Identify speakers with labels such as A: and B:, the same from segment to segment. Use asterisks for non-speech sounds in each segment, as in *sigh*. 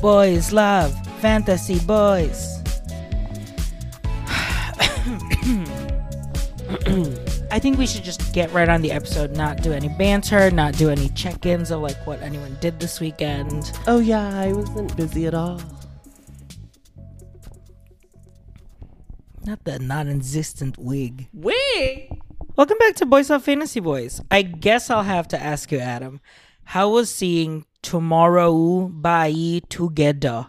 A: boys love fantasy boys. I think we should just get right on the episode, not do any banter, not do any check ins of like what anyone did this weekend.
B: Oh yeah, I wasn't busy at all.
A: Not the non existent wig.
B: Wig.
A: Welcome back to Boys Love Fantasy Boys. I guess I'll have to ask you, Adam, how was seeing Tomorrow Bai together?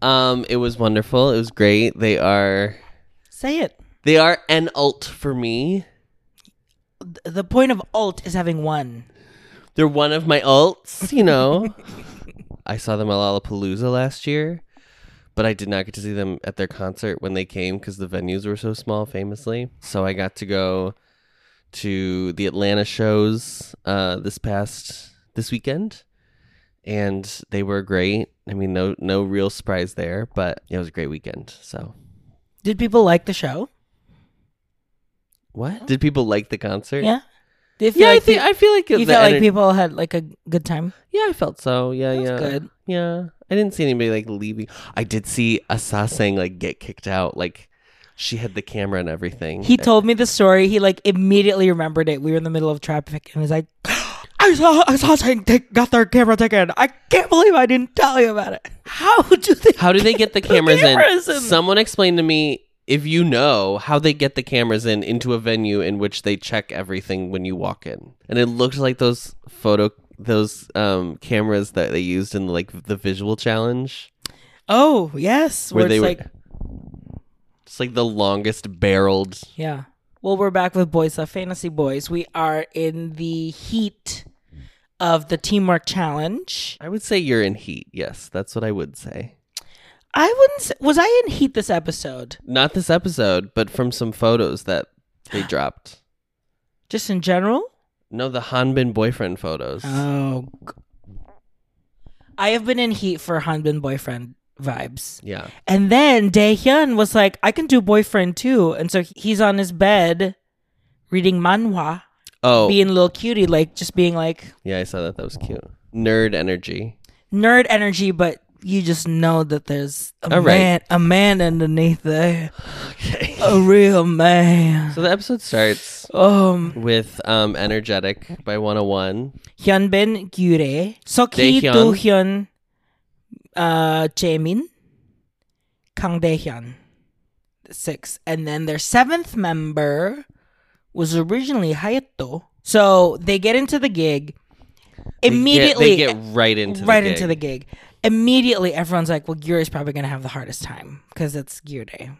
B: Um, it was wonderful. It was great. They are
A: Say it.
B: they are an alt for me.
A: Th- The point of alt is having one.
B: They're one of my alts, you *laughs* know. I saw them at Lollapalooza last year, but I did not get to see them at their concert when they came because the venues were so small, famously. So I got to go to the Atlanta shows uh, this past this weekend, and they were great. I mean, no no real surprise there, but it was a great weekend. So
A: Did people like the show?
B: what did people like the concert?
A: Yeah. Did you feel
B: yeah. I
A: like
B: think
A: pe-
B: I feel like
A: you
B: the
A: felt like
B: ener-
A: people had like a good time.
B: Yeah, I felt so. Yeah,
A: That's
B: yeah.
A: good.
B: Yeah. I didn't see anybody like leaving. I did see Asa saying like get kicked out. Like she had the camera and everything.
A: He told me the story. He like immediately remembered it. We were in the middle of traffic and he's like, *gasps* I saw I saw saying take got their camera taken. I can't believe I didn't tell you about it. How do they
B: How do they get *laughs* the cameras,
A: cameras
B: in?
A: in?
B: Someone explain to me if you know how they get the cameras in into a venue in which they check everything when you walk in. And it looked like those photo those um cameras that they used in like the visual challenge
A: Oh, yes.
B: where
A: Where,
B: they
A: it's
B: were
A: like
B: it's like the longest barreled
A: Yeah. Well, we're back with Boys Love Fantasy Boys. We are in the heat of the teamwork challenge.
B: I would say you're in heat. Yes, that's what I would say.
A: I wouldn't say, was I in heat this episode?
B: Not this episode, but from some photos that *gasps* they dropped.
A: Just in general?
B: No, the Hanbin boyfriend photos.
A: Oh. g- I have been in heat for Hanbin boyfriend vibes.
B: yeah.
A: And then Daehyun was like, I can do boyfriend too. And so he's on his bed reading manhwa,
B: Oh,
A: being little cutie, like just being like
B: yeah, I saw that. That was cute. Nerd energy.
A: nerd energy, but you just know that there's a
B: All right.
A: man a man underneath there.
B: Okay. *laughs*
A: A real man.
B: So the episode starts
A: Um
B: with um Energetic by 101.
A: Hyunbin Gyure. Soki
B: Daehyun.
A: Dohyun uh Jaemin. Kang Daehyun. Six. And then their seventh member was originally Hayato. So they get into the gig.
B: They get-
A: Immediately
B: They get, right into the
A: right
B: gig.
A: into the gig. Immediately, everyone's like, "Well, Gyuri's probably gonna have the hardest time because it's Gyuri,"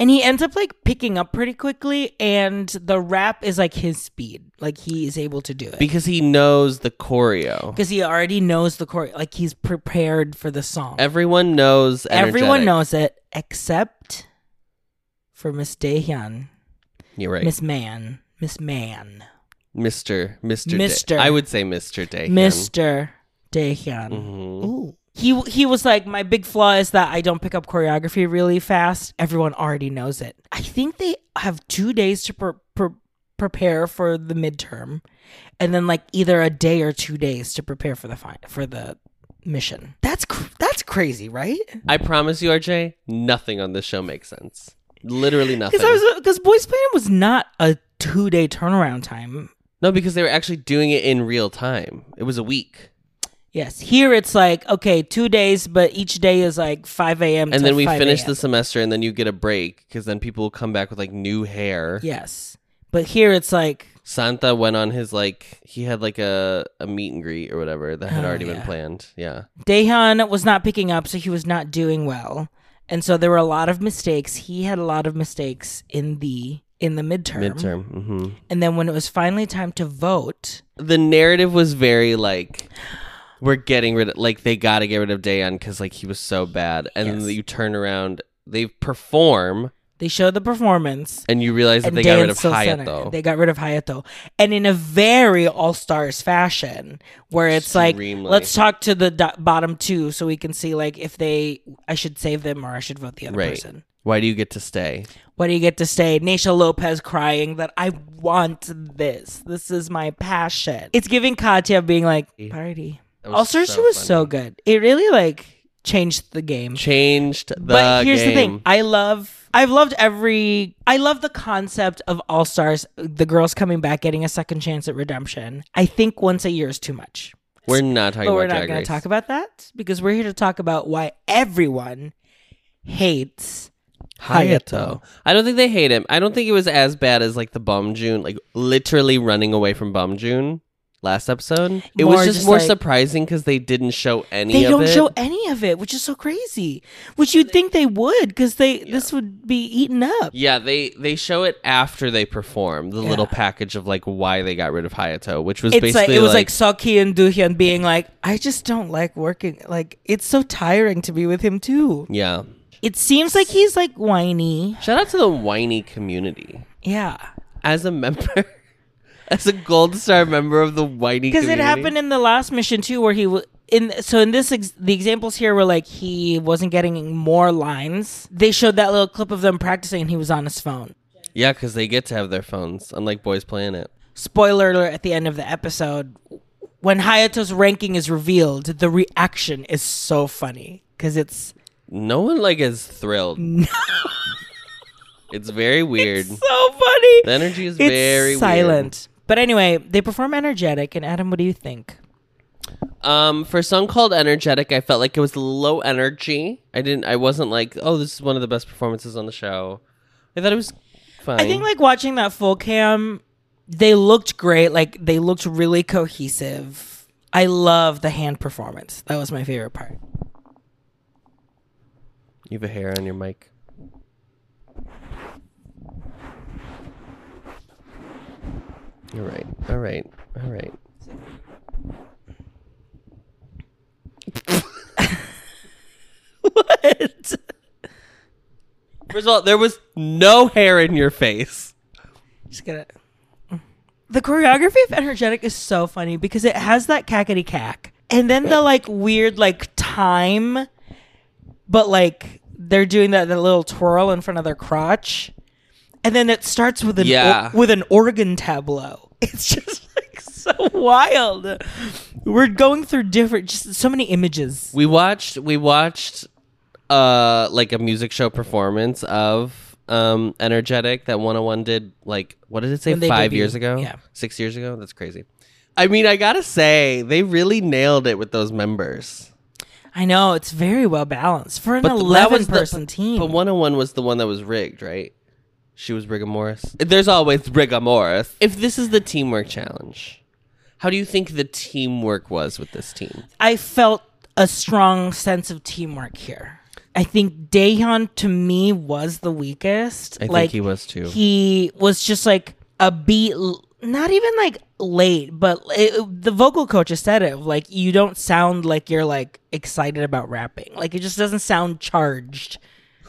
A: and he ends up like picking up pretty quickly. And the rap is like his speed; like he is able to do it
B: Because he knows the choreo.
A: because he already knows the chord. Like he's prepared for the song.
B: Everyone knows energetic.
A: Everyone knows it except for Miss Daehyun,
B: You're right.
A: Miss Man, Miss Man,
B: Mr. Mr.
A: Mr..
B: Day. I would say Mr. Day.
A: Mister Daehyun.
B: hmm
A: Ooh. He he was like, my big flaw is that I don't pick up choreography really fast. Everyone already knows it. I think they have two days to pre- pre- prepare for the midterm, and then like either a day or two days to prepare for the fi- for the mission. That's cr- that's crazy, right?
B: I promise you, RJ, nothing on this show makes sense.
A: *laughs*
B: Literally nothing.
A: Because I was because Boys Planet was not a two day turnaround time.
B: no, because they were actually doing it in real time. It was a week.
A: Yes, here it's like okay, two days, but each day is like five a.m.
B: And
A: to
B: then we
A: 5
B: finish
A: a.m..
B: the semester, and then you get a break because then people will come back with like new hair.
A: Yes, but here it's like
B: Santa went on his like he had like a, a meet and greet or whatever that had
A: Oh,
B: already been
A: yeah.
B: planned. Yeah,
A: Daehyun was not picking up, so he was not doing well. And so there were a lot of mistakes. He had a lot of mistakes in the in the midterm.
B: midterm. hmm
A: And then when it was finally time to vote,
B: The narrative was very like we're getting rid of like they got to get rid of Dayon because like he was so bad, and
A: Yes.
B: then you turn around, they perform,
A: they showed the performance.
B: and you realize that
A: And
B: they got rid
A: Daehyun
B: of
A: still
B: Hyatt
A: sent it.
B: though.
A: They got rid of Hayato. And in a very all stars fashion, where it's
B: Extremely.
A: like, let's talk to the do- bottom two so we can see like if they I should save them or I should vote the other
B: Right.
A: person.
B: Why do you get to stay?
A: What do you get to say? Nisha Lopez crying that I want this. This is my passion. It's giving Katya being like, party,
B: That
A: All Stars 2 was so
B: funny.
A: good. It really like changed the game.
B: Changed the
A: but here's the
B: game.
A: thing. I love I've loved every I love the concept of All Stars, the girls coming back getting a second chance at redemption. I think once a year is too much.
B: We're not talking
A: But we're
B: about
A: not
B: Drag
A: going
B: Race.
A: to talk about that because we're here to talk about why everyone hates
B: Hayato. I don't think they hate him. I don't think it was as bad as like the Bum June, like literally running away from Bum June last episode. It
A: More
B: was just,
A: just
B: more
A: like-
B: surprising because they didn't show any
A: They
B: of
A: don't
B: it.
A: show any of it, which is so crazy. Which you'd think they would because they this would be eaten up.
B: yeah, they they show it after they perform the
A: Yeah.
B: little package of like why they got rid of Hayato, which was
A: It's like
B: basically
A: it was like, Saki and Duhyun being like, I just don't like working. Like it's so tiring to be with him too.
B: yeah.
A: It seems like he's like whiny.
B: Shout out to the whiny community
A: Yeah.
B: as a member, *laughs* as a gold star member of the whiny
A: Because
B: community.
A: it happened in the last mission too, where he was in. So in this, ex- the examples here were like he wasn't getting more lines. They showed that little clip of them practicing, and he was on his phone.
B: yeah, because they get to have their phones, unlike Boys Planet.
A: Spoiler alert! At the end of the episode, when Hayato's ranking is revealed, the reaction is so funny because it's
B: No one like is
A: *laughs*
B: thrilled. it's very weird.
A: so funny.
B: the energy is
A: it's
B: very
A: silent. But anyway, they perform energetic. And Adam, what do you think?
B: Weird. Um, for a song called "Energetic," I felt like it was low energy. I didn't. I wasn't like, oh, this is one of the best performances on the show. I thought it was fine.
A: I think like watching that full cam, they looked great. Like they looked really cohesive. I love the hand performance. That was my favorite part. *laughs*
B: you have a hair on your mic. All right. All right. All right.
A: What?
B: First of all, there was no hair in your face.
A: Just gonna. The choreography of Energetic is so funny because it has that cackety cack, and then the like weird like time, but like they're doing that, that little twirl in front of their crotch, and then it starts with an or-
B: Yeah.
A: with an organ tableau. *laughs* It's just like so wild. We're going through different, just so many images.
B: We watched we watched uh like a music show performance of um energetic that 101 did like what did it say
A: When they
B: 5
A: debuted,
B: years ago?
A: yeah.
B: 6 years ago? That's crazy. I mean, I got to say they really nailed it with those members.
A: I know it's very well balanced for an
B: But th- that
A: eleven
B: was the-
A: person team.
B: But 101 was the one that was rigged, right? She was Rigor Morris. There's always Rigor Morris. If this is the teamwork challenge, how do you think the teamwork was with this team?
A: I felt a strong sense of teamwork here. I think Daehyun to me was the weakest.
B: I think he was too.
A: He was just like a beat, l- not even like late, but it, the vocal coach has said it. Like you don't sound like you're like excited about rapping. Like it just doesn't sound charged.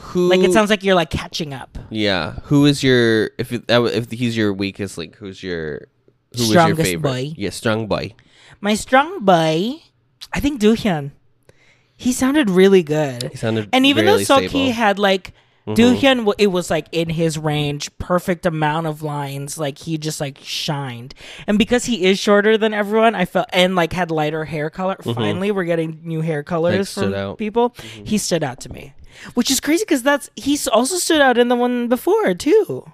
B: Who
A: Like it sounds like you're like catching up.
B: Yeah. Who is your if it- that w- if he's your weakest link? Who's your who was your
A: Strongest
B: favorite?
A: boy.
B: Yeah, strong boy.
A: My strong boy, I think Doohyun. He sounded really good.
B: He sounded
A: and even
B: really
A: though Soki
B: stable. Mm-hmm.
A: had like Doohyun, w- it was like in his range, perfect amount of lines. Like he just like shined, and because he is shorter than everyone, I felt and like had lighter hair color. Finally, we're getting new hair colors
B: Mm-hmm.
A: from
B: stood out. Mm-hmm.
A: people. He stood out to me, which is crazy because that's he's also stood out in the one before too.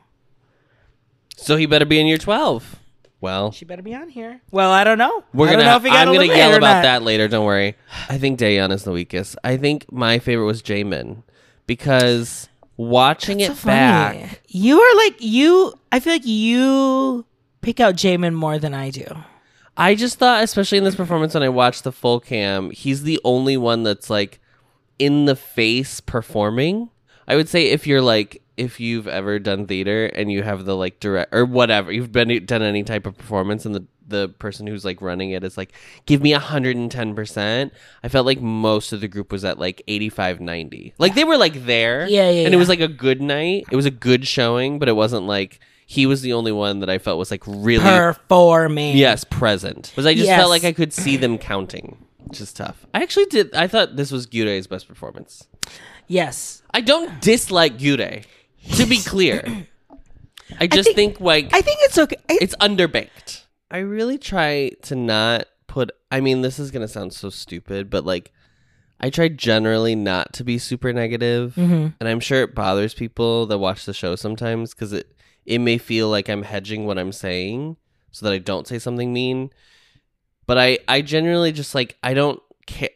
B: so he better be in your twelve. Well,
A: She better be on here. Well, I don't know.
B: we're
A: I
B: gonna.
A: don't know if he got
B: I'm gonna
A: eliminated
B: yell
A: or
B: about
A: not.
B: that later. Don't worry. I think Dayan is the weakest. I think my favorite was Jamin because watching
A: That's
B: it
A: so funny.
B: back.
A: You are like you. I feel like you pick out Jamin more than I do.
B: I just thought, especially in this performance, when I watched the full cam, he's the only one that's like in the face performing. I would say if you're like, if you've ever done theater and you have the like direct or whatever, you've been done any type of performance and the the person who's like running it is like, give me 110%. I felt like most of the group was at like 85, 90. Like they were like there.
A: Yeah, yeah,
B: And it
A: yeah.
B: was like a good night. It was a good showing, but it wasn't like, he was the only one that I felt was like really
A: Performing.
B: Yes, present. Because I just
A: Yes.
B: felt like I could see them counting, which is tough. I actually did. I thought this was Gyure's best performance.
A: Yes.
B: I don't dislike Gyure, to
A: *coughs*
B: be clear. I just
A: think-
B: think, like
A: I think it's okay. I,
B: it's underbaked. I really try to not put I mean, this is gonna sound so stupid, but like I try generally not to be super negative.
A: Mhm.
B: And I'm sure it bothers people that watch the show sometimes because it it may feel like I'm hedging what I'm saying so that I don't say something mean. But I I generally just like I don't care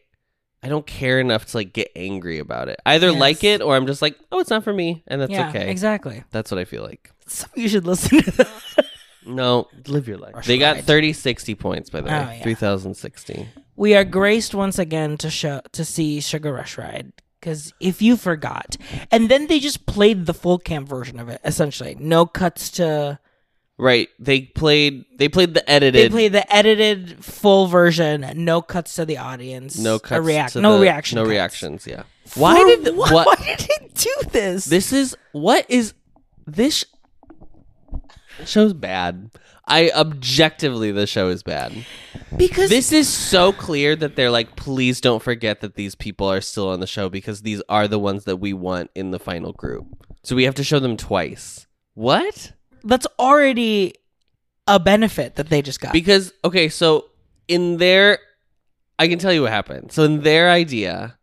B: I don't care enough to like get angry about it. I either
A: Yes.
B: like it or I'm just like, oh, it's not for me, and that's
A: yeah,
B: okay.
A: exactly.
B: That's what I feel like.
A: So you should listen to *laughs* that.
B: No, live your life.
A: Or
B: They got
A: should I?
B: 30 60 points by the way.
A: Oh, yeah.
B: 3060.
A: We are graced once again to show to see Sugar Rush Ride because if you forgot, and then they just played the full cam version of it. Essentially, no cuts to.
B: Right. They played they played the
A: They
B: edited
A: played the edited full version, no cuts to the audience.
B: no
A: a
B: cuts
A: react,
B: to
A: no
B: the-
A: reaction,
B: No
A: cuts.
B: reactions, yeah.
A: For
B: Why
A: *laughs*
B: did
A: what,
B: what
A: Why did he do this?
B: This is what is this sh- show's bad. I objectively the show is bad.
A: because
B: This is so clear that they're like, please don't forget that these people are still on the show because these are the ones that we want in the final group. So we have to show them twice. What?
A: that's already a benefit that they just got.
B: Because okay, so in their I can tell you what happened. So in their idea,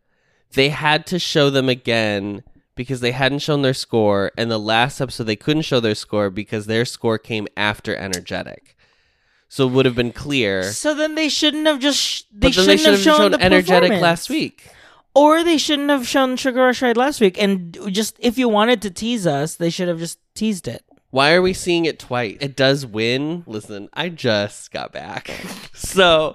B: they had to show them again because they hadn't shown their score and the last episode they couldn't show their score because their score came after energetic. So it would have been clear.
A: so then they shouldn't have just sh- they,
B: but then
A: shouldn't
B: they should have
A: shown,
B: shown
A: the
B: energetic
A: performance.
B: last week.
A: or they shouldn't have shown Sugar Rush Ride last week. And just if you wanted to tease us, they should have just teased it.
B: Why are we seeing it twice? It does win. Listen, I just got back. *laughs* So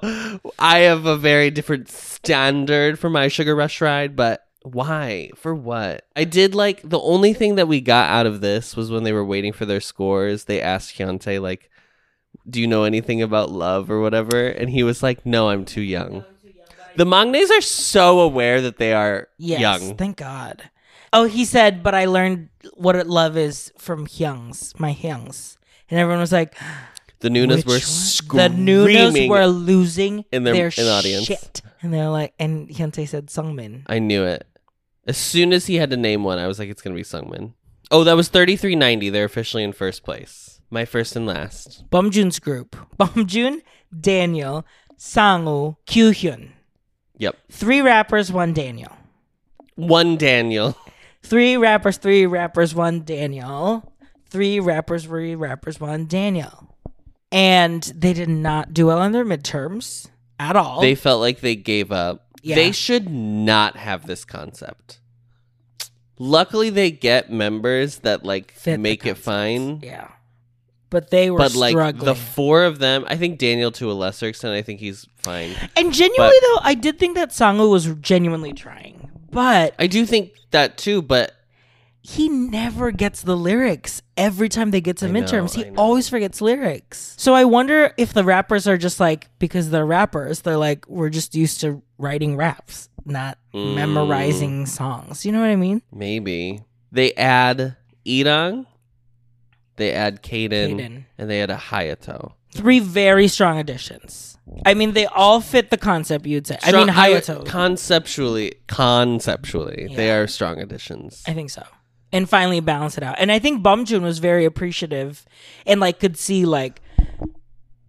B: I have a very different standard for my Sugar Rush ride, but why? For what? I did like the only thing that we got out of this was when they were waiting for their scores, they asked Hyuntae, like, do you know anything about love or whatever? And he was like, no, I'm too young. The Mangnes are so aware that they are
A: Yes,
B: young.
A: thank God. Oh, he said, but I learned what it- love is from Hyung's, my Hyung's, and everyone was like,
B: The Nunas
A: "Which
B: were
A: one?" The
B: screaming.
A: Nunas were losing
B: in their-
A: their
B: in audience.
A: shit, and they're like, and Hyuntae said Sungmin.
B: I knew it. As soon as he had to name one, I was like, it's gonna be Sungmin. Oh, that was thirty three ninety. They're officially in first place. My first and last.
A: Bumjoon's group: Bumjoon, Daniel, Sangwoo, Kyuhyun.
B: Yep.
A: Three rappers, one Daniel.
B: One Daniel.
A: Three rappers, three rappers, one Daniel. Three rappers, three rappers, one Daniel. And they did not do well in their midterms at all.
B: They felt like they gave up.
A: Oh. Yeah.
B: They should not have this concept. Luckily they get members that like
A: Fit the
B: make it
A: concepts.
B: fine.
A: yeah. But they were
B: But like
A: struggling.
B: the four of them, I think Daniel to a lesser extent, I think he's fine.
A: and genuinely,
B: but-
A: though, I did think that Sangu was genuinely trying. But
B: I do think that too, but
A: he never gets the lyrics every time they get to
B: I know,
A: midterms.
B: I
A: he
B: know.
A: always forgets lyrics. So I wonder if the rappers are just like, because they're rappers, they're like, we're just used to writing raps, not
B: Mm.
A: memorizing songs. You know what I mean?
B: Maybe. They add Edong, they add Kaden,
A: Kaden.
B: and they add a Hayato.
A: Three very strong additions. I mean, they all fit the concept, you'd say. I
B: Strong-
A: mean, Hayato.
B: conceptually, conceptually, they
A: Yeah.
B: are strong additions.
A: I think so. And finally balance it out. And I think Bumjoon was very appreciative and like could see like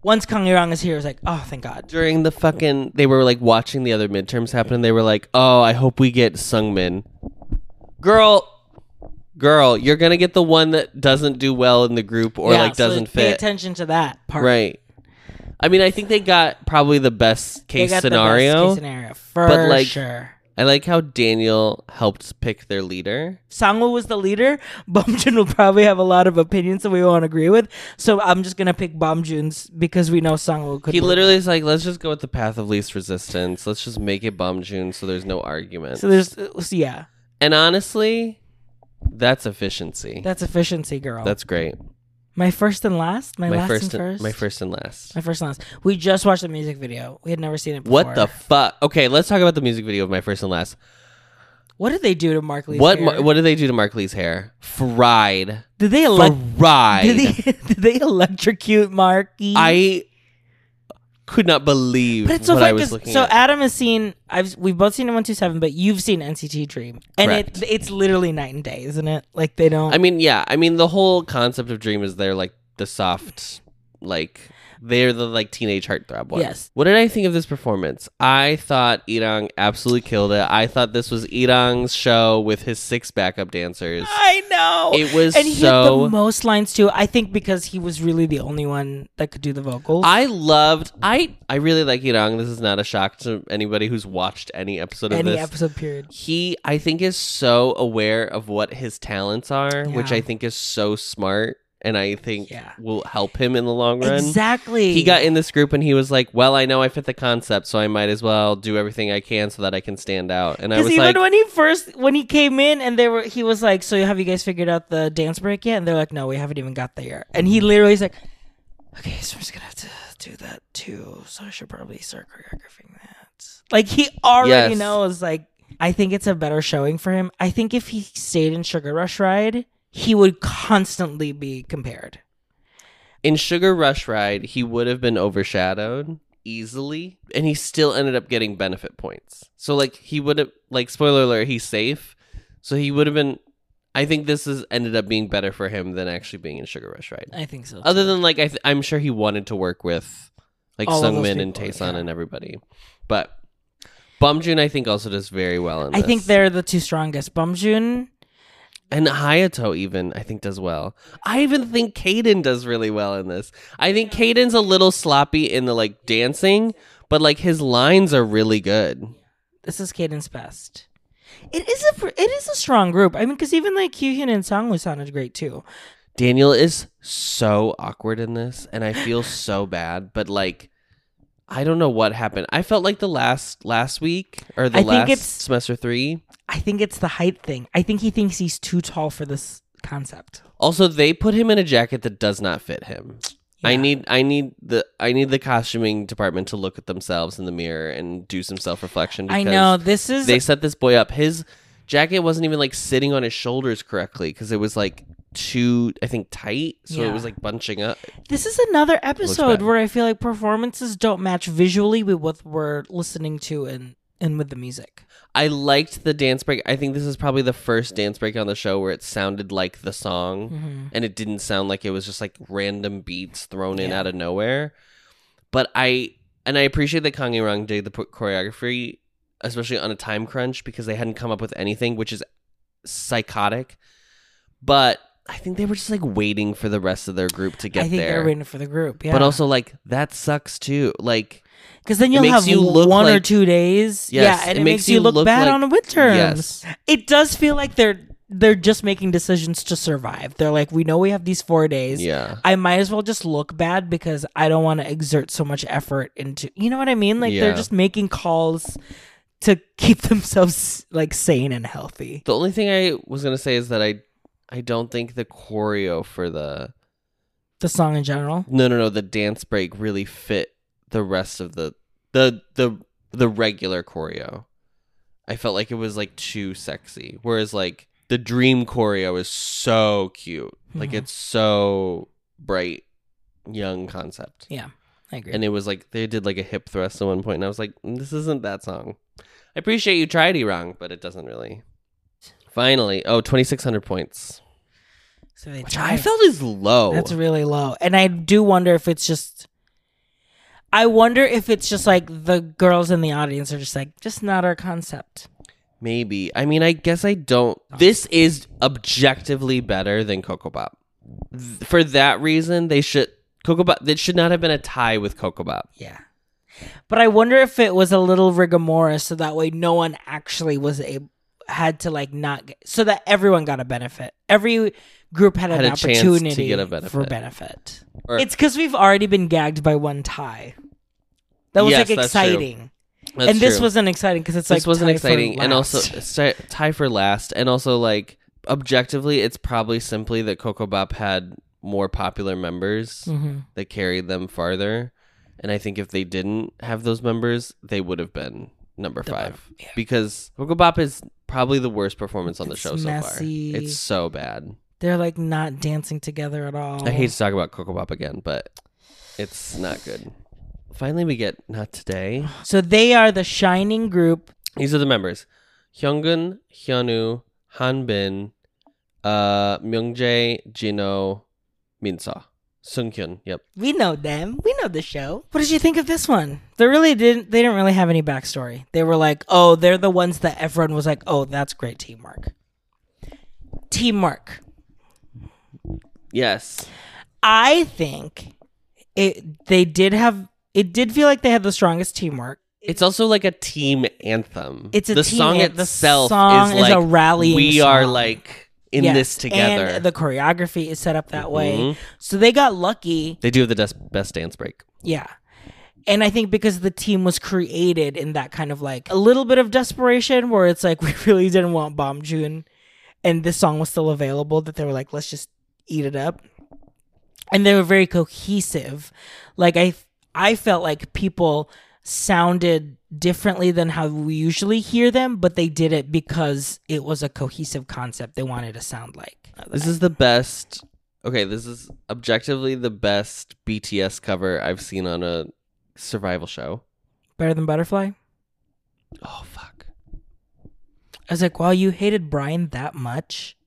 A: once Kang Young is here, it was like, oh, thank God.
B: During the fucking, they were like watching the other midterms happen, and they were like, "Oh, I hope we get Sungmin, girl." Girl, you're gonna get the one that doesn't do well in the group or
A: Yeah,
B: like
A: so
B: doesn't
A: Pay
B: fit.
A: attention to that part.
B: Right. I mean, I think they got probably the best
A: They
B: case
A: got the best
B: scenario.
A: case scenario for
B: But, like-
A: sure.
B: I like how Daniel helped pick their leader.
A: Sangwoo was the leader. *laughs* Bumjoon will probably have a lot of opinions that we won't agree with. So I'm just gonna pick Bumjoon's because we know Sangwoo could.
B: He
A: win.
B: literally is like, let's just go with the path of least resistance. Let's just make it bomb June so there's no argument.
A: So there's so yeah,
B: and honestly, that's efficiency.
A: that's efficiency, girl.
B: That's great.
A: my first and last. My, last
B: first,
A: and first.
B: my first and last.
A: My first and last. We just watched the music video. We had never seen it. before.
B: What the fuck? Okay, let's talk about the music video of my first and last.
A: what did they do to Mark Lee's
B: What
A: hair?
B: what did they do to Mark Lee's hair? Fried.
A: did they elect? *laughs*
B: Fried.
A: Did they, did they electrocute Marky?
B: I could not believe
A: But it's so
B: what
A: funny
B: I was
A: 'cause-
B: looking
A: so
B: at.
A: Adam has seen I've we've both seen one two seven, but you've seen NCT Dream, and
B: Correct.
A: it it's literally night and day, isn't it? Like they don't.
B: I mean, yeah. I mean, the whole concept of Dream is they're like the soft, like They're the like teenage heartthrob ones.
A: Yes.
B: What did I think of this performance? I thought Irang absolutely killed it. I thought this was Irang's show with his six backup dancers.
A: I know.
B: It was
A: and he had
B: so
A: the most lines too. I think because he was really the only one that could do the vocals.
B: I loved I I really like Irang. This is not a shock to anybody who's watched any episode of
A: any
B: this.
A: episode period.
B: he I think is so aware of what his talents are, which
A: Yeah.
B: I think is so smart and I think
A: Yeah.
B: will help him in the long run.
A: Exactly.
B: He got in this group and he was like, "Well, I know I fit the concept, so I might as well do everything I can so that I can stand out." And I
A: because
B: was
A: even
B: like,
A: when he first when he came in and they were he was like, "So have you guys figured out the dance break yet?" And they're like, "No, we haven't even got there." And
B: Mm-hmm.
A: he literally is like, "Okay, so we're just gonna have to do that too. So I should probably start choreographing that." Like he already
B: Yes.
A: knows. Like I think it's a better showing for him. I think if he stayed in Sugar Rush Ride, he would constantly be compared.
B: in Sugar Rush Ride, he would have been overshadowed easily, and he still ended up getting benefit points. So like he would have like spoiler alert, he's safe. So he would have been I think this is ended up being better for him than actually being in Sugar Rush Ride.
A: I think so.
B: Other than like I th- I'm sure he wanted to work with like
A: All of those
B: Sungmin and
A: people,
B: Taesan
A: yeah.
B: and everybody. But Bumjoon I think also does very well in
A: I think
B: this.
A: they're the two strongest. Bumjoon,
B: And Hayato even I think does well. I even think Kaden does really well in this. I think Kaden's a little sloppy in the like dancing, but like his lines are really good.
A: this is Caden's best. It is a pr- it is a strong group. I mean, because even like Kyuhyun and Sangwoo sounded great too.
B: Daniel is so awkward in this and
A: *laughs*
B: I feel so bad, but like I don't know what happened. I felt like the last last week or the
A: I think
B: last
A: it's-
B: semester 3
A: I think it's the height thing. I think he thinks he's too tall for this concept.
B: Also, they put him in a jacket that does not fit him. I
A: Yeah.
B: need I need the I need the costuming department to look at themselves in the mirror and do some self reflection.
A: I know this is
B: they set this boy up. His jacket wasn't even like sitting on his shoulders correctly because it was like too I think tight, so it
A: Yeah.
B: was like bunching up.
A: this is another episode
B: bad.
A: where I feel like performances don't match visually with what we're listening to and and with the music.
B: I liked the dance break. I think this is probably the first dance break on the show where it sounded like the song.
A: Mhm.
B: and it didn't sound like it was just like random beats thrown in
A: Yeah.
B: out of nowhere. But I and I appreciate that Kanye Rong did the p- choreography, especially on a time crunch because they hadn't come up with anything, which is psychotic. But I think they were just like waiting for the rest of their group to
A: I
B: get
A: think
B: there.
A: they're waiting for the group, yeah.
B: But also like that sucks too. Like
A: because then you'll
B: makes
A: have
B: you look
A: one or
B: like-
A: two days,
B: Yes,
A: yeah, and it, makes, you look, bad
B: like-
A: on wid terms.
B: yes.
A: it does feel like they're they're just making decisions to survive. They're like, we know we have these four days.
B: Yeah.
A: I might as well just look bad because I don't want to exert so much effort into. You know what I mean? Like
B: Yeah.
A: they're just making calls to keep *laughs* themselves like sane and healthy.
B: The only thing I was gonna say is that I I don't think the choreo for the
A: The song in general.
B: no no no the dance break really fit the rest of the the the the regular choreo i felt like it was like too sexy whereas like the dream choreo is so cute like
A: Mhm.
B: it's so bright young concept
A: Yeah, I agree.
B: and it was like they did like a hip thrust at one point and i was like "Mm, this isn't that song i appreciate you tried E wrong but it doesn't really finally oh 2600 points
A: so they
B: which i
A: tried.
B: felt is low
A: That's really low. And I do wonder if it's just I wonder if it's just like the girls in the audience are just like just not our concept.
B: Maybe. I mean, I guess I don't. This is objectively better than Coco Bop. Th- For that reason, they should Coco Bop. It should not have been a tie with Coco Bop.
A: Yeah. But I wonder if it was a little rigor mortis so that way no one actually was able had to like not get so that everyone got a benefit. Every group had,
B: Had
A: an
B: a chance to
A: opportunity
B: get a benefit.
A: for benefit.
B: Or-
A: it's because we've already been gagged by one tie. That was
B: Yes,
A: like
B: that's true.
A: exciting,
B: That's
A: and this
B: true.
A: wasn't exciting because it's
B: this
A: like
B: wasn't
A: tie for
B: exciting, and also
A: last.
B: sti- tie for last, and also like objectively, it's probably simply that Coco Bop had more popular members
A: Mhm.
B: that carried them farther, and I think if they didn't have those members, they would have been number five
A: yeah.
B: because Coco Bop is probably the worst performance on the
A: It's
B: show
A: messy.
B: so far. It's so bad.
A: they're like not dancing together at all.
B: I hate to talk about Coco Bop again, but it's not good. Finally, we get not today.
A: So they are the shining group.
B: These are the members: Hyungun, Hyunwoo, Hanbin, uh, Myungjae, Jino, Minsa. Sungkyun. Yep.
A: We know them. We know the show. What did you think of this one? They really didn't. They didn't really have any backstory. They were like, oh, they're the ones that everyone was like, oh, that's great teamwork. Teamwork.
B: Yes.
A: I think it. They did have. It did feel like they had the strongest teamwork.
B: It's also like a team anthem.
A: It's a
B: the
A: team
B: song
A: an- the
B: itself
A: song
B: is
A: is
B: like
A: a rallying
B: We are
A: song.
B: like in
A: Yes,
B: this together.
A: And the choreography is set up that
B: Mhm.
A: way. So they got lucky.
B: they do have the des- best dance break.
A: Yeah. And I think because the team was created in that kind of like a little bit of desperation where it's like *laughs* we really didn't want Bomb June and this song was still available that they were like, let's just eat it up. And they were very cohesive. Like I I felt like people sounded differently than how we usually hear them, but they did it because it was a cohesive concept they wanted to sound like.
B: This is the best. Okay, this is objectively the best BTS cover I've seen on a survival show.
A: better than Butterfly.
B: Oh fuck.
A: I was like, wow, you hated Brian that much?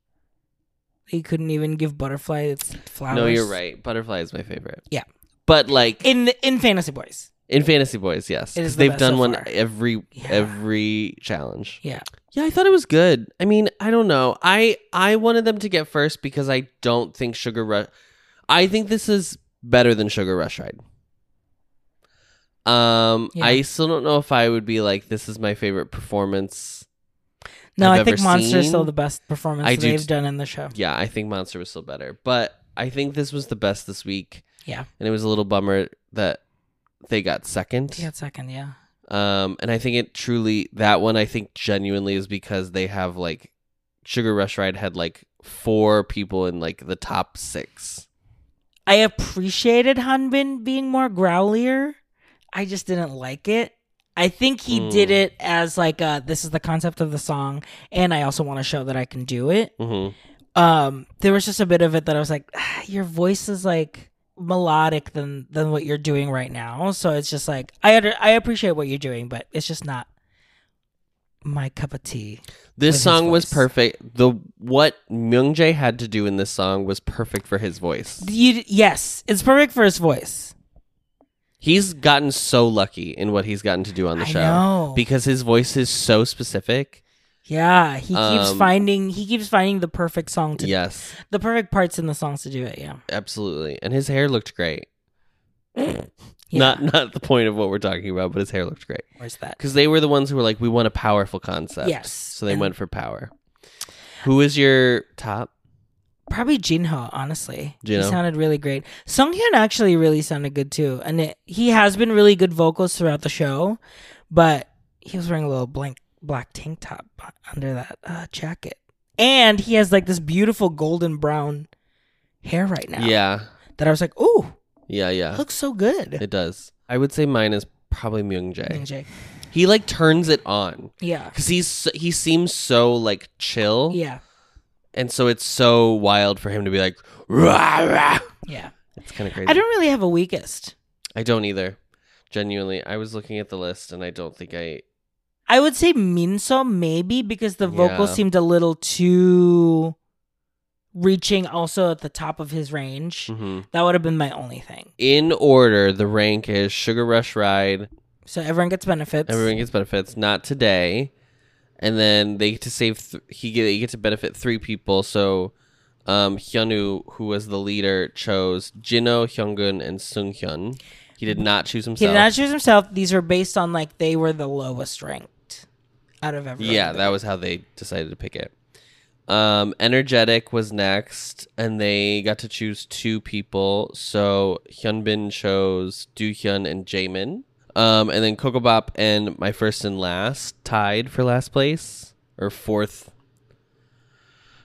A: He couldn't even give Butterfly its flowers.
B: No, you're right. Butterfly is my favorite.
A: Yeah.
B: But like in,
A: In in Fantasy Boys.
B: Fantasy Boys, yes,
A: It is
B: because
A: the
B: they've
A: best
B: done
A: so
B: one
A: far.
B: every
A: Yeah.
B: every challenge.
A: Yeah.
B: Yeah, I thought it was good. I mean, I don't know. I I wanted them to get first because I don't think Sugar Rush. I think this is better than Sugar Rush Ride. Um,
A: Yeah.
B: I still don't know if I would be like, this is my favorite performance.
A: No,
B: I've
A: i think
B: ever
A: Monster's
B: seen.
A: still the best performance
B: I do
A: they've
B: t-
A: done in the show.
B: Yeah, I think Monster was still better, but I think this was the best this week.
A: Yeah.
B: and it was a little bummer that they got second.
A: Yeah, second, yeah.
B: Um, and I think it truly that one I think genuinely is because they have like Sugar Rush Ride had like four people in like the top six.
A: I appreciated Hanbin being more growlier. I just didn't like it. I think he did
B: Mm.
A: it as like uh this is the concept of the song and I also want to show that I can do it.
B: Mm-hmm.
A: um there was just a bit of it that i was like "Ah, your voice is like melodic than than what you're doing right now so it's just like i under, i appreciate what you're doing but it's just not my cup of tea With
B: This
A: his
B: song was
A: voice.
B: perfect. The what Myungjae had to do in this song was perfect for his voice.
A: you yes it's perfect for his voice
B: He's gotten so lucky in what he's gotten to do on the
A: I
B: show
A: know.
B: because his voice is so specific.
A: yeah he keeps
B: Um,
A: finding he keeps finding the perfect song to
B: Yes,
A: the perfect parts in the songs to do it yeah,
B: absolutely. And his hair looked great.
A: *coughs* yeah.
B: Not not the point of what we're talking about, but his hair looked great.
A: where's that
B: because they were the ones who were like, we want a powerful concept.
A: Yes.
B: So they
A: And-
B: went for power. Who is your top?
A: probably Jinho, honestly.
B: Jinho.
A: He sounded really great. Sunghyun actually really sounded good too, and it, he has been really good vocals throughout the show, but he was wearing a little blank black tank top under that uh, jacket, and he has like this beautiful golden brown hair right now.
B: Yeah.
A: that I was like, ooh,
B: Yeah, yeah.
A: looks so good.
B: It does. I would say mine is probably
A: Young
B: Myung Jae.
A: Jae.
B: He like turns it on
A: Yeah,
B: because he's so- he seems so like chill,
A: yeah,
B: and so it's so wild for him to be like, rah, rah.
A: yeah.
B: it's kind of crazy.
A: I don't really have a weakest.
B: I don't either. Genuinely, I was looking at the list and I don't think I.
A: I would say Minso maybe because the vocals
B: Yeah.
A: seemed a little too reaching also at the top of his range.
B: Mhm.
A: That would have been my only thing.
B: In order, the rank is Sugar Rush Ride,
A: So everyone gets benefits.
B: Everyone gets benefits. Not today. And then they get to save. Th- he get he get to benefit three people. So, um, Hyunwoo, who was the leader, chose Jino, Hyungun, and Sunghyun. He did not choose
A: he
B: himself.
A: did not choose himself. These were based on like they were the lowest ranked out of everyone.
B: yeah, that was how they decided to pick it. Um, Energetic was next, and they got to choose two people. So Hyunbin chose Doohyun and Jamin. Um, and then Kokobop and my first and last tied for last place or fourth,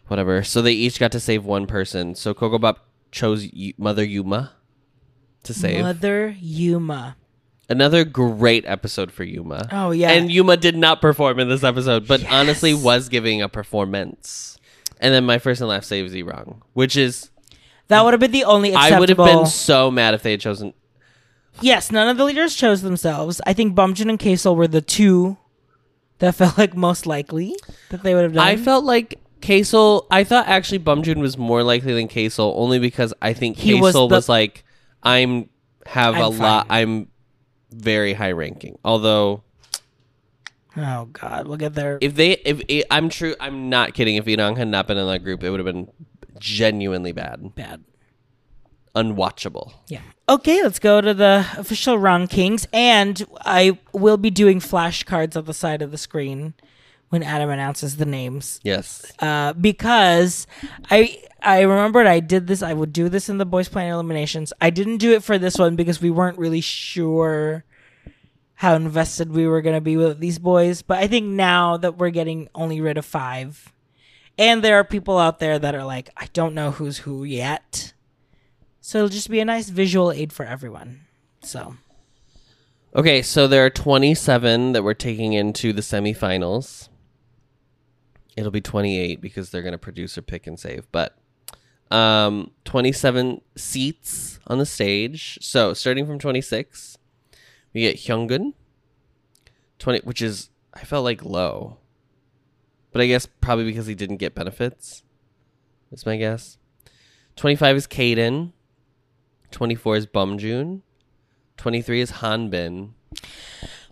B: whatever. So they each got to save one person. So Kokobop chose y- Mother Yuma to save.
A: Mother Yuma.
B: Another great episode for Yuma.
A: Oh, yeah.
B: And Yuma did not perform in this episode, but honestly
A: Yes.
B: was giving a performance. And then my first and last save is wrong, which is
A: That would have been the only acceptable.
B: I would have been so mad if they had chosen.
A: Yes, none of the leaders chose themselves. I think Bumjin and *laughs* Kaesel were the two that felt like most likely that they would have done.
B: I felt like Casel, I thought actually Bumjoon was more likely than Casel only because I think
A: He
B: Casel
A: was
B: was,
A: the-
B: like, I'm have a
A: I'm
B: lot,
A: fine.
B: I'm very high ranking. Although
A: Oh God, we'll get there.
B: if they, if it, I'm true, I'm not kidding. If Enong had not been in that group, it would have been genuinely bad,
A: Bad.
B: unwatchable.
A: Yeah. Okay, let's go to the official rankings, and I will be doing flashcards at the side of the screen when Adam announces the names
B: Yes,
A: uh, because I I remembered I did this. I would do this in the boys' plan eliminations. I didn't do it for this one because we weren't really sure how invested we were going to be with these boys. But I think now that we're getting only rid of five, and there are people out there that are like, I don't know who's who yet. So it'll just be a nice visual aid for everyone. So
B: Okay, so there are 27 that we're taking into the semifinals. It'll be 28 because they're going to producer pick and save, but um 27 seats on the stage. So, starting from 26, we get Hyungun 20 which is I felt like low. But I guess probably because he didn't get benefits. That's my guess. 25 is Kaden. 24 is Bumjoon. 23 is Hanbin.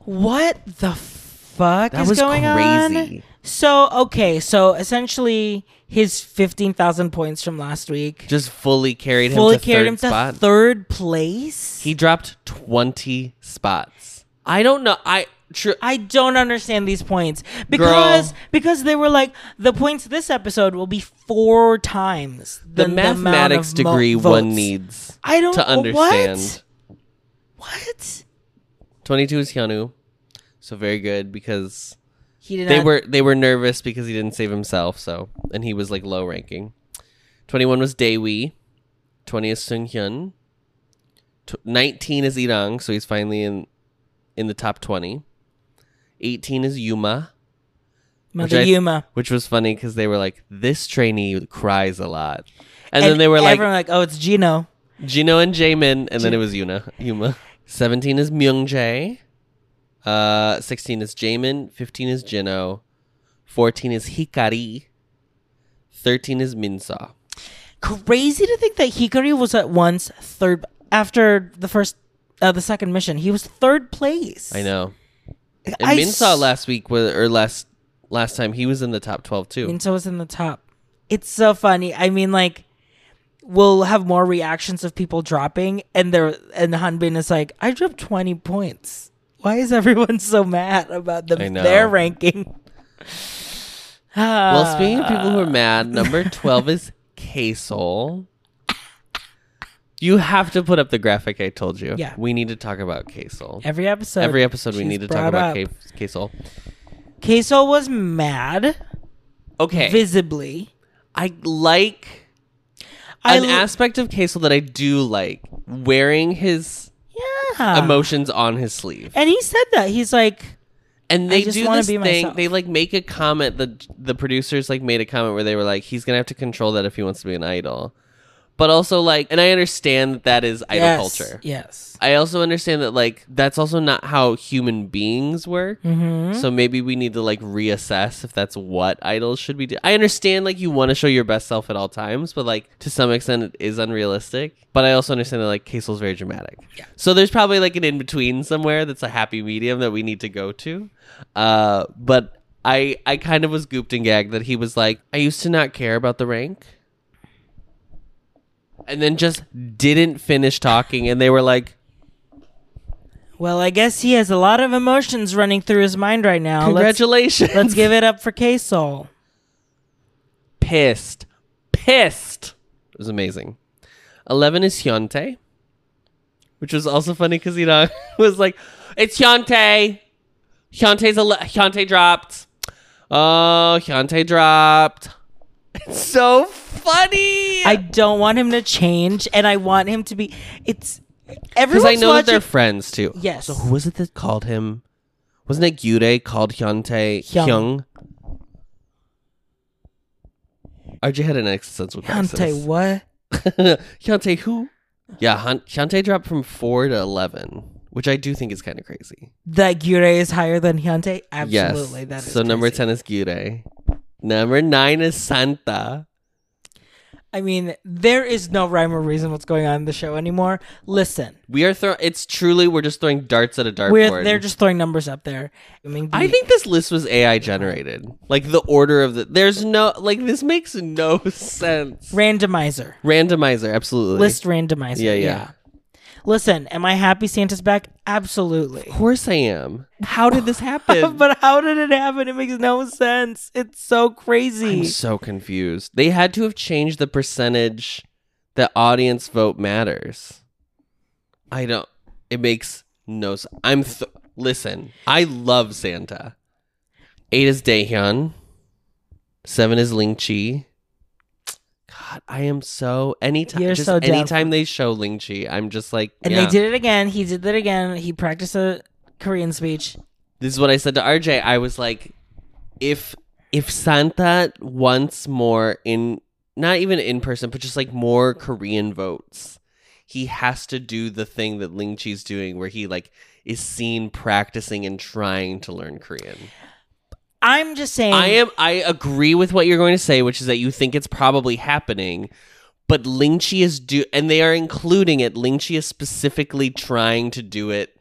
A: what the fuck
B: That
A: is
B: was
A: going on?
B: crazy.
A: So okay, so essentially his fifteen thousand points from last week
B: Just fully carried
A: fully
B: him to
A: carried
B: third
A: him to
B: spot.
A: third place.
B: he dropped 20 spots. I don't know. I true.
A: I don't understand these points because
B: Girl.
A: because they were like the points this episode will be four times
B: The,
A: amount of
B: mathematics
A: mo-
B: degree one
A: votes.
B: needs
A: I don't
B: to understand.
A: what, what?
B: 22 is Hyunwoo. So very good because
A: he did
B: they
A: not-
B: were they were nervous because he didn't save himself, so and he was like low ranking. 21 was Daewee. 20 is Sung Hyun. Tw 19 is Irang, so he's finally in in the top 20. 18 is Yuma.
A: Mother
B: I-
A: Yuma.
B: which was funny because they were like, "This trainee cries a lot," and, then
A: And
B: they were like,
A: everyone like, "Oh, it's Gino."
B: "Gino and Jamin," and then it was Yuna, Yuma. Seventeen is Myungjae, uh, sixteen is Jamin, fifteen is Jino, fourteen is Hikari, thirteen is Minsa.
A: crazy to think that Hikari was at once third after the first uh, the second mission. He was third place.
B: I know. And
A: I
B: Minsa
A: s-
B: last week was or last last time he was in the top twelve too.
A: Minto was in the top. It's so funny. I mean, like we'll have more reactions of people dropping, and there and Hanbin is like, I dropped twenty points. Why is everyone so mad about
B: I
A: them
B: know.
A: their ranking? *sighs*
B: Well, speaking of people who are mad, number 12 is Casel. You have to put up the graphic I told you.
A: Yeah.
B: We need to talk about Casel.
A: Every episode.
B: Every episode, we
A: she's
B: need to
A: brought
B: talk about
A: up.
B: Ca- Casel.
A: Queso was mad,
B: Okay.
A: visibly.
B: I like
A: I
B: an
A: l-
B: aspect of Casel that I do like wearing his
A: yeah.
B: emotions on his sleeve.
A: And he said that. He's like,
B: And they
A: just
B: do
A: wanna
B: this
A: be
B: thing.
A: myself.
B: They like make a comment. The the producers like made a comment where they were like, "He's gonna have to control that if he wants to be an idol." But also like, and I understand that that is idol
A: yes,
B: culture.
A: Yes.
B: I also understand that like that's also not how human beings work. So maybe we need to like reassess if that's what idols should be doing. I understand like you want to show your best self at all times, but like to some extent it is unrealistic. But I also understand that like Casel's very dramatic. Yeah. So there's probably like an in between somewhere that's a happy medium that we need to go to. Uh, but I I kind of was gooped and gagged that he was like I used to not care about the rank and then just didn't finish talking and they were like
A: Well, I guess he has a lot of emotions running through his mind right now. Let's,
B: Congratulations.
A: let's give it up for Queso.
B: pissed. Pissed. It was amazing. 11 is Hyuntae, which was also funny because *laughs* Ina was like, it's Hyuntae. Hyuntae's ele- Hyuntae dropped. Oh, Hyuntae dropped. *laughs* It's so funny.
A: I don't want him to change, and I want him to be. It's
B: Because
A: everyone's
B: I know that
A: watching.
B: they're friends too.
A: Yes.
B: So who was it that called him? Wasn't it Gyurei called Hyuntae
A: Hyung.
B: Hyung? RJ had an existential crisis.
A: Hyuntae, what?
B: *laughs* Hyuntae who?
A: Uh-huh.
B: Yeah, Han- Hyuntae dropped from four to eleven, which I do think is kind of crazy.
A: That Gyurei is higher than Hyuntae? Absolutely.
B: yes.
A: That is
B: so number
A: crazy.
B: ten is Gyurei. Number nine is Santa.
A: I mean, there is no rhyme or reason what's going on in the show anymore. Listen,
B: We are throwing. It's truly we're just throwing darts at a
A: we're
B: dartboard.
A: they're just throwing numbers up there. I mean,
B: I think this list was AI generated. Like the order of the. There's no like this makes no *laughs* sense.
A: randomizer,
B: Randomizer, absolutely.
A: list randomizer.
B: Yeah, yeah.
A: Listen, am I happy Santa's back? Absolutely.
B: Of course I am. How did this
A: *laughs*
B: happen?
A: But how did it happen? It makes no sense. It's so crazy.
B: I'm so confused. They had to have changed the percentage that audience vote matters. I don't. It makes no. s- I'm. Th- Listen, I love Santa. Eight is Daehyun. Seven is Ling Chi. God, I am so anytime.
A: You're
B: just
A: so down
B: anytime they show Ling Chi, I'm just like,
A: and
B: yeah.
A: they did it again. He did that again. He practiced a Korean speech.
B: this is what I said to RJ. I was like, if if Santa wants more in not even in person, but just like more Korean votes, he has to do the thing that Ling Chi's doing where he like is seen practicing and trying to learn Korean.
A: I'm just saying.
B: I am I agree with what you're going to say, which is that you think it's probably happening, but Ling Chi is do and they are including it. Ling Chi is specifically trying to do it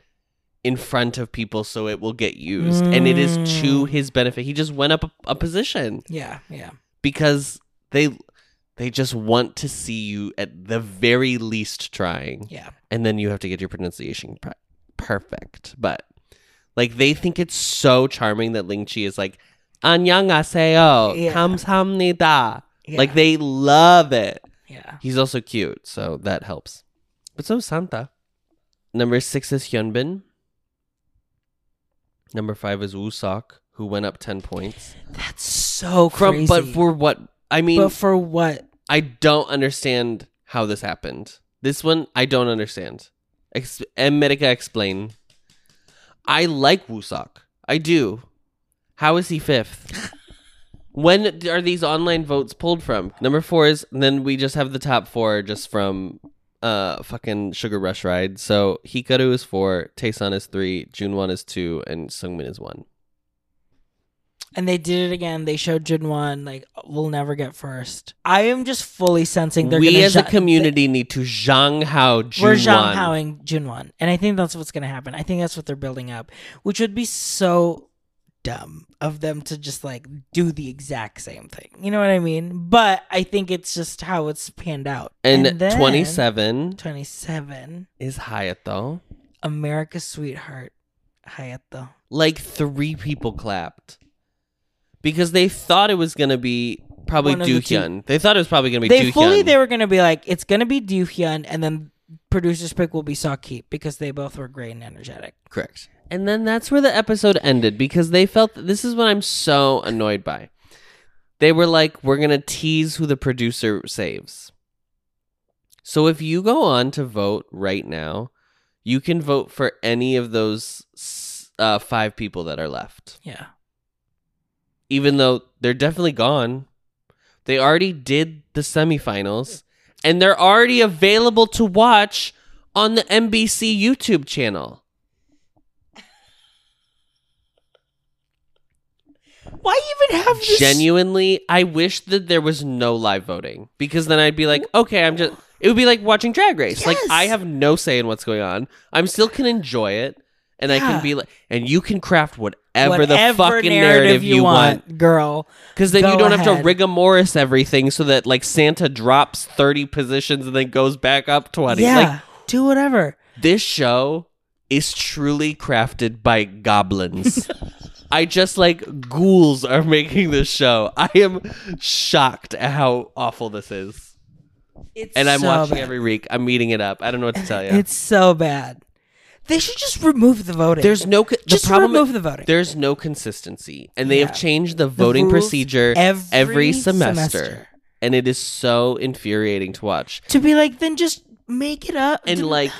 B: in front of people so it will get used. And it is to his benefit. He just went up a, a position
A: Yeah, yeah.
B: because they they just want to see you at the very least trying
A: Yeah.
B: and then you have to get your pronunciation pre- perfect. But like they think it's so charming that Ling Chi is like 안녕하세요,
A: Yeah.
B: 감사합니다.
A: yeah.
B: Like they love it.
A: yeah.
B: He's also cute, so that helps. But so is Santa. Number six is Hyunbin. Number five is Woo Sok, who went up ten points
A: That's so
B: from.
A: crazy.
B: But for what? I mean,
A: but for what?
B: I don't understand how this happened. This one I don't understand. Ex- Medica explain. I like Wusak. I do. How is
A: *laughs*
B: he fifth? when d- are these online votes pulled from? Number four is then we just have the top four just from uh fucking Sugar Rush Ride. So Hikaru is four, Taesan is three, Junwon is two, and Sungmin is one.
A: And they did it again. They showed Jinwan like we'll never get first. I am just fully sensing they're
B: We
A: gonna
B: as a
A: zha-
B: community need to Zhang Hao Junwon.
A: they- we're Zhang Haoing Jinwan, and I think that's what's gonna happen. I think that's what they're building up, which would be so dumb of them to just like do the exact same thing. You know what I mean? But I think it's just how it's panned out.
B: And,
A: then-
B: 27
A: 27,
B: is Hayato.
A: America's sweetheart, Hayato.
B: Like three people clapped because they thought it was going to be probably
A: One of the two.
B: Doohyun. They thought it was probably going to be
A: they
B: Doohyun.
A: fully they were gonna be like it's gonna be Doohyun and then producers pick will be Sawkeep because they both were great and energetic.
B: Correct. And then that's where the episode ended because they felt this is what I'm so annoyed by. They were like, we're going to tease who the producer saves. So if you go on to vote right now, you can vote for any of those s- uh, five people that are left.
A: Yeah.
B: even though they're definitely gone. They already did the semifinals and they're already available to watch on the NBC YouTube channel.
A: Why even have this
B: Genuinely, I wish that there was no live voting because then I'd be like, okay, I'm just. It would be like watching Drag Race. Like,
A: Yes.
B: I have no say in what's going on. I'm still can enjoy it and I
A: Yeah.
B: can be like, and you can craft whatever, the
A: whatever
B: fucking narrative, you want.
A: girl?
B: Because then
A: Go
B: you don't have to
A: ahead.
B: rigor mortis everything so that like Santa drops 30 positions and then goes back up 20.
A: yeah,
B: Like
A: do whatever.
B: this show is truly crafted
A: *laughs*
B: by goblins. I just like ghouls are making this show. I am shocked at how awful this is.
A: It's
B: And I'm
A: so
B: watching
A: bad.
B: every week. I'm eating it up. I don't know what to tell you.
A: It's so bad. They should just remove the voting.
B: there's no co- the
A: just
B: problem
A: remove the voting.
B: there's no consistency and they
A: Yeah.
B: have changed the voting
A: rules
B: procedure
A: every
B: semester.
A: semester.
B: and it is so infuriating to watch
A: to be like, then just make it up
B: and
A: *laughs* Then-
B: like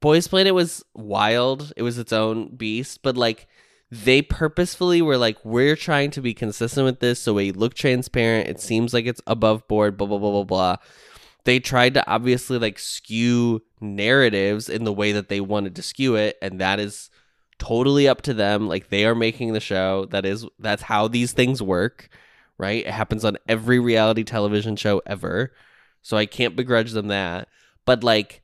B: boys planet was wild it was its own beast but like they purposefully were like we're trying to be consistent with this so we look transparent it seems like it's above board blah blah blah blah blah they tried to obviously like skew narratives in the way that they wanted to skew it and that is totally up to them. Like they are making the show. That is that's how these things work, right? It happens on every reality television show ever. So I can't begrudge them that. But like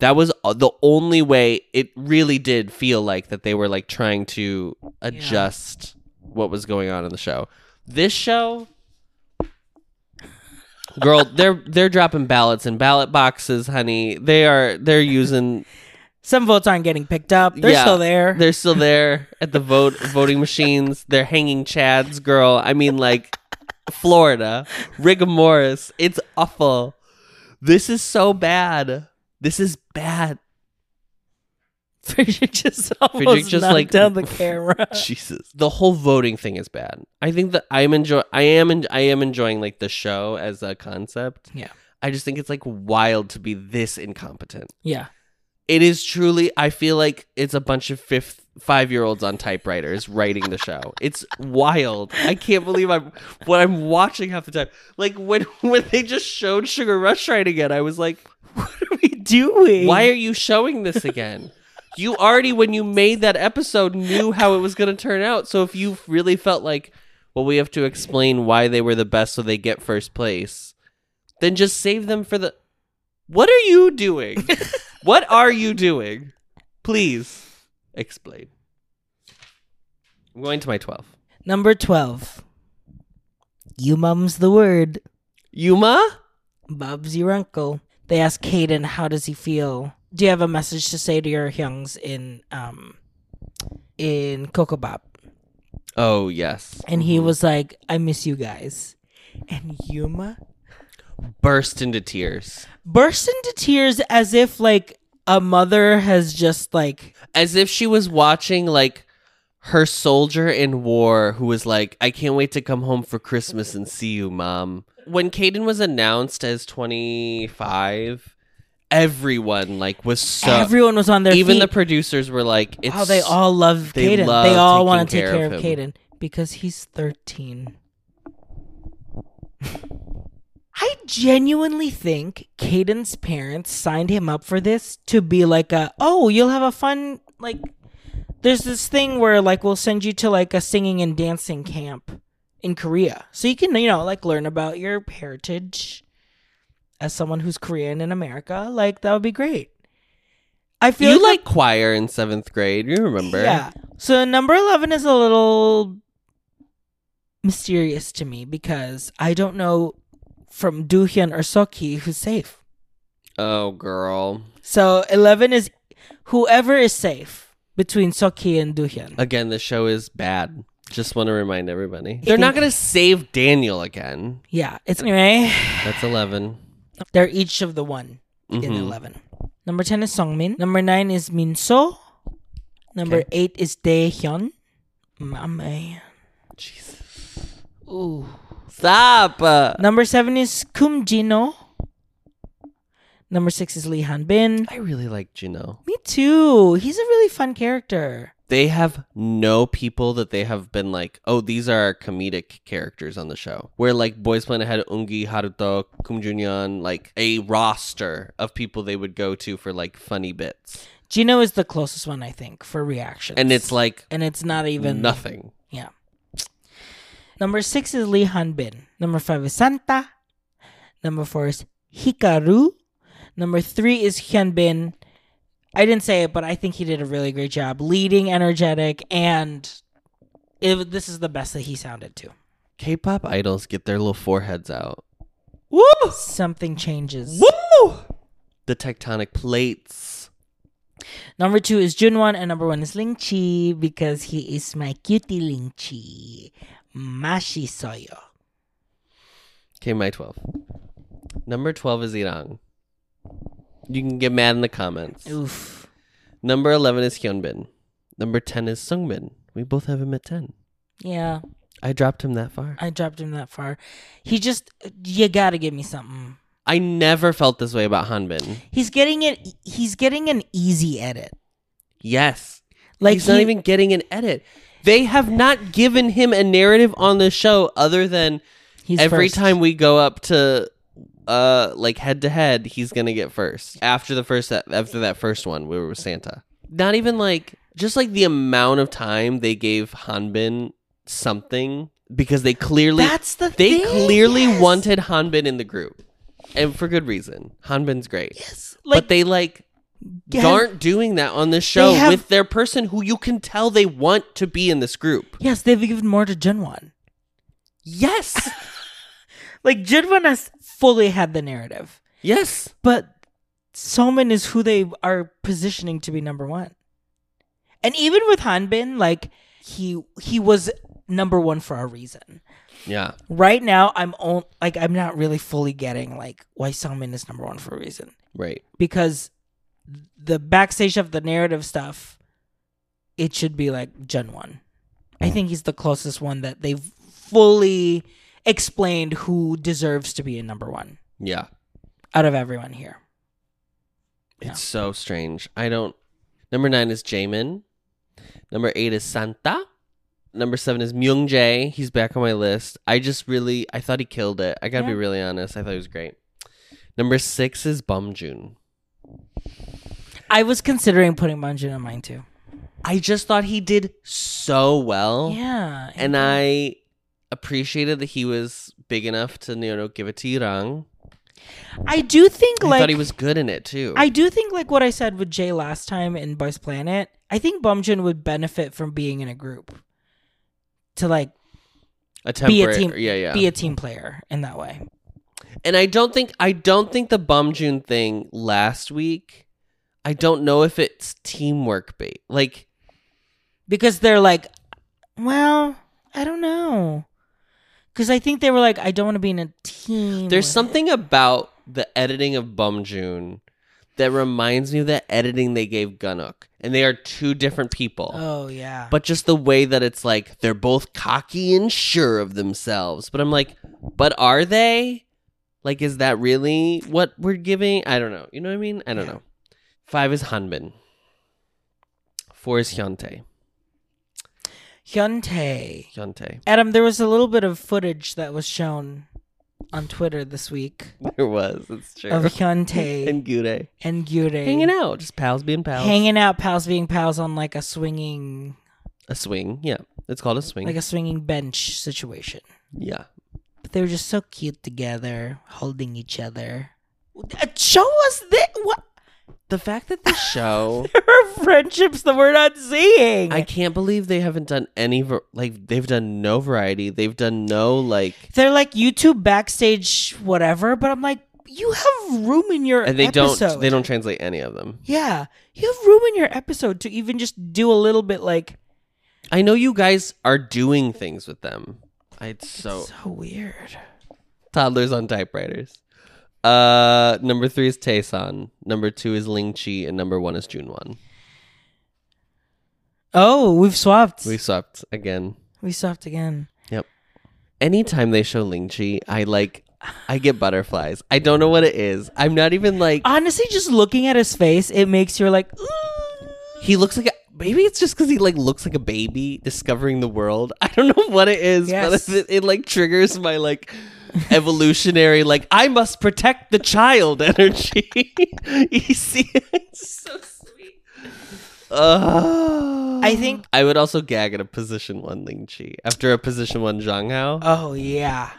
B: that was uh, the only way it really did feel like that they were like trying to adjust what was going on in the show. This show Girl, they're they're dropping ballots in ballot boxes, honey. They are they're using
A: Some votes aren't getting picked up. They're
B: Yeah.
A: still there.
B: *laughs*
A: *laughs*
B: They're still there at the vote voting machines. They're hanging Chads, girl. I mean, like Florida, rigor mortis. It's awful. This is so bad. This is bad.
A: Friedrich just almost
B: just,
A: knocked
B: like-
A: down the
B: *laughs*
A: camera.
B: Jesus, the whole voting thing is bad. I think that I'm enjoy. I am. En- I am enjoying like the show as a concept.
A: Yeah.
B: I just think it's like wild to be this incompetent.
A: yeah.
B: It is truly. I feel like it's a bunch of fifth five year olds on typewriters writing the show. It's wild. I can't believe I'm what I'm watching half the time. Like when *laughs* when they just showed Sugar Rush right again, I was like,
A: What are we doing?
B: why are you showing this again? You already when you made that episode knew how it was going to turn out. So if you really felt like, well, we have to explain why they were the best so they get first place, then just save them for the. What are you doing? what are you doing? Please explain. I'm going to my 12.
A: Number 12. You mum's the word.
B: Yuma?
A: Bob's your uncle. They ask Caden, how does he feel? Do you have a message to say to your youngs in um in Coco Bob?
B: Oh, yes.
A: And he was like, I miss you guys. And Yuma
B: Burst into tears.
A: burst into tears as if like a mother has just like
B: as if she was watching like her soldier in war who was like, I can't wait to come home for Christmas and see you, mom. When Caden was announced as 25, everyone like was so
A: everyone was on their
B: even the
A: feet.
B: producers were like, it's
A: Wow, they all love
B: they
A: Caden.
B: love
A: They all want to take
B: taking care
A: care
B: of
A: of
B: him.
A: Caden because he's 13. *laughs* I genuinely think Caden's parents signed him up for this to be like a, oh, you'll have a fun, like, there's this thing where, like, we'll send you to, like, a singing and dancing camp in Korea. So you can, you know, like, learn about your heritage as someone who's Korean in America. Like, that would be great. I feel
B: you
A: like
B: like choir in seventh grade, you remember?
A: yeah. So number 11 is a little mysterious to me because I don't know from Duhyun or Soki who's safe.
B: Oh girl.
A: So 11 is whoever is safe between Soki and Duhyun.
B: Again, the show is bad. Just want to remind everybody.
A: I
B: They're not
A: think-
B: gonna save Daniel again.
A: yeah. It's anyway,
B: That's eleven.
A: they're each of the one in
B: Mhm.
A: 11. Number 10 is Songmin. Number 9 is Minso. Number 8 is Daehyun. My man.
B: Jesus.
A: Ooh.
B: Stop. Uh,
A: Number seven is Kum Jino. Number six is Lee Han Bin.
B: I really like Juno.
A: Me too. He's a really fun character.
B: They have no people that they have been like, oh, these are our comedic characters on the show. Where like Boys Planet had Ungi, Haruto, Kum Junyeon, like a roster of people they would go to for like funny bits.
A: Jino is the closest one, I think, for reactions.
B: And it's like
A: and it's not even
B: nothing.
A: Yeah. Number six is Lee Han Bin. Number five is Santa. Number four is Hikaru. Number three is Hyun Bin. I didn't say it, but I think he did a really great job leading, energetic, and it, this is the best that he sounded too.
B: K pop idols get their little foreheads out.
A: Woo! Something changes.
B: Woo! The tectonic plates.
A: Number two is Junwon, and number one is Ling Chi because he is my cutie Ling Chi. Mashi Soyo.
B: Okay, my 12. Number 12 is Irang. You can get mad in the comments.
A: Oof.
B: Number 11 is Hyunbin. Number 10 is Sungbin. We both have him at 10.
A: Yeah,
B: I dropped him that far.
A: I dropped him that far. He just, you gotta give me something.
B: I never felt this way about Hanbin.
A: He's getting it. He's getting an easy edit.
B: Yes.
A: Like
B: He's not
A: he-
B: even getting an edit. They have not given him a narrative on the show other than
A: He's
B: every
A: first.
B: time we go up to uh like head to head, he's going to get first. After the first after that first one, we were with Santa. Not even like just like the amount of time they gave Hanbin something because they clearly
A: That's the
B: they
A: thing.
B: clearly
A: yes.
B: wanted Hanbin in the group, and for good reason. Hanbin's great,
A: Yes. Like
B: but they like
A: yes.
B: aren't doing that on this show
A: They have-
B: with their person who you can tell they want to be in this group.
A: Yes, they've given more to Jinwan.
B: Yes,
A: Like Jinwan has fully had the narrative,
B: *laughs* yes.
A: but Soman is who they are positioning to be number one. And even with Hanbin, like he he was number one for a reason.
B: Yeah,
A: Right now, I'm on like I'm not really fully getting like why Soman is number one for a reason.
B: right.
A: because the backstage of the narrative stuff, it should be like Gen One. I think he's the closest one that they've fully explained who deserves to be in number one
B: Yeah.
A: out of everyone here.
B: It's
A: Yeah.
B: so strange. I don't. Number nine is Jamin. Number eight is Santa. Number seven is Myung Jae. He's back on my list. I just really, I thought he killed it. I gotta be
A: Yeah.
B: really honest. I thought he was great. Number six is Bum Jun.
A: I was considering putting Manjun on mine too.
B: I just thought he did so well,
A: Yeah,
B: Oh. and uh, I appreciated that he was big enough to you know give it to Yurang.
A: I do think
B: I
A: like
B: thought he was good in it too.
A: I do think like what I said with Jay last time in Boys Planet. I think Bumjin would benefit from being in a group to like
B: a
A: be a
B: temperate,
A: team-
B: yeah, yeah.
A: be a team player in that way.
B: and I don't think I don't think the Bum June thing last week. I don't know if it's teamwork bait. Like
A: because they're like, well, I don't know. Because I think they were like, I don't want to be in a team.
B: there's
A: with-
B: something about the editing of Bum June that reminds me of the editing they gave Gunnook, and they are two different people.
A: Oh yeah.
B: But just the way that it's like they're both cocky and sure of themselves. But I'm like, but are they? Like, is that really what we're giving? I don't know. You know what I mean? I don't
A: Yeah.
B: know. Five is Hanbin. Four is Hyuntae.
A: Hyuntae.
B: Hyuntae. *laughs*
A: Adam, there was a little bit of footage that was shown on Twitter this week
B: There was. It's true.
A: of Hyuntae and,
B: *laughs* and Gure.
A: Gyure
B: Hanging out. Just pals being pals.
A: hanging out, pals being pals on like a swinging,
B: a swing. Yeah. It's called a swing.
A: like a swinging bench situation.
B: yeah.
A: But they were just so cute together, holding each other. Uh, Show us that what
B: The
A: *laughs*
B: fact that the show.
A: there are friendships that we're not seeing.
B: I can't believe they haven't done any, var- like, they've done no variety. They've done no, like,
A: they're like YouTube backstage whatever, but I'm like, you have room in your
B: and they
A: episode.
B: don't they don't translate any of them
A: Yeah, you have room in your episode to even just do a little bit like
B: i know you guys are doing things with them it's so
A: so weird.
B: toddlers on typewriters uh number three is Taesan. number two is ling chi and number one is junwan
A: Oh, we've swapped.
B: we
A: We,
B: swapped again
A: swapped again.
B: anytime they show ling chi i like i get butterflies i don't know what it is i'm not even like
A: Honestly, just looking at his face, it makes you like, "Ooh."
B: he looks like a Maybe it's just because he like looks like a baby discovering the world. *laughs* I don't know what it is,
A: Yes.
B: but it, it like triggers my like evolutionary like I must protect the child energy. *laughs* you see, it's *laughs* so sweet. Ugh.
A: I think-
B: I would also gag at a position one Ling Chi after a position one Zhang Hao.
A: oh yeah,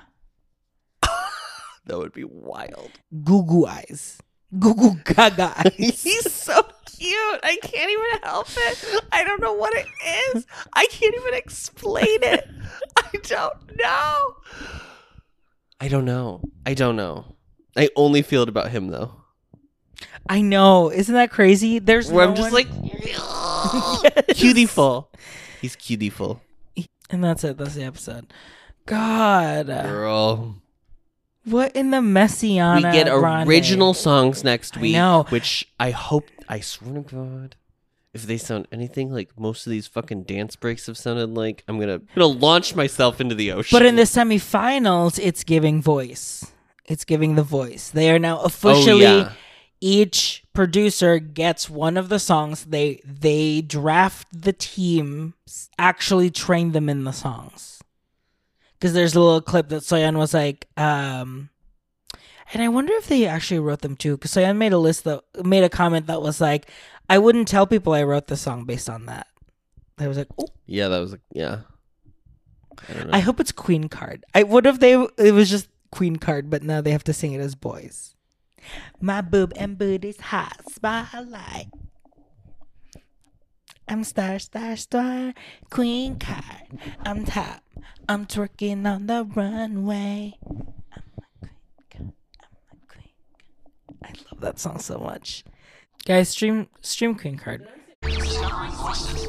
B: that would be wild.
A: goo goo eyes, goo goo gaga eyes.
B: He's so cute. I can't even help it. I don't know what it is. I can't even explain it. I don't know. I don't know. I don't know. I only feel it about him though.
A: *laughs* I know, isn't that crazy? There's
B: Where
A: no
B: I'm just
A: one-
B: like *laughs*
A: *laughs*
B: cutieful. He's cutieful.
A: and that's it. That's the episode. God.
B: Ah. Girl.
A: What in the messiana?
B: We get
A: Grande?
B: original songs next
A: I
B: week.
A: know.
B: Which I hope I swear to God. If they sound anything like most of these fucking dance breaks have sounded like, I'm gonna gonna launch myself into the ocean.
A: But in the semifinals, it's giving voice. It's giving the voice. They are now officially
B: yeah.
A: each producer gets one of the songs. They they draft the team, s- actually train them in the songs. Because there's a little clip that Soyeon was like, um, And I wonder if they actually wrote them too. Because Soyeon made a list that made a comment that was like, I wouldn't tell people I wrote the song based on that. I was like, oh,
B: Yeah, that was like, yeah. I don't know.
A: I hope it's Queen Card. I what if they it was just Queen Card, but now they have to sing it as boys. My boob and booty's hot spotlight. I'm star, star, star, Queen Card. I'm top. I'm twerking on the runway. I'm a Queen Card. I'm a Queen Card. I love that song so much. Guys, stream stream Queen Card.
C: Requested.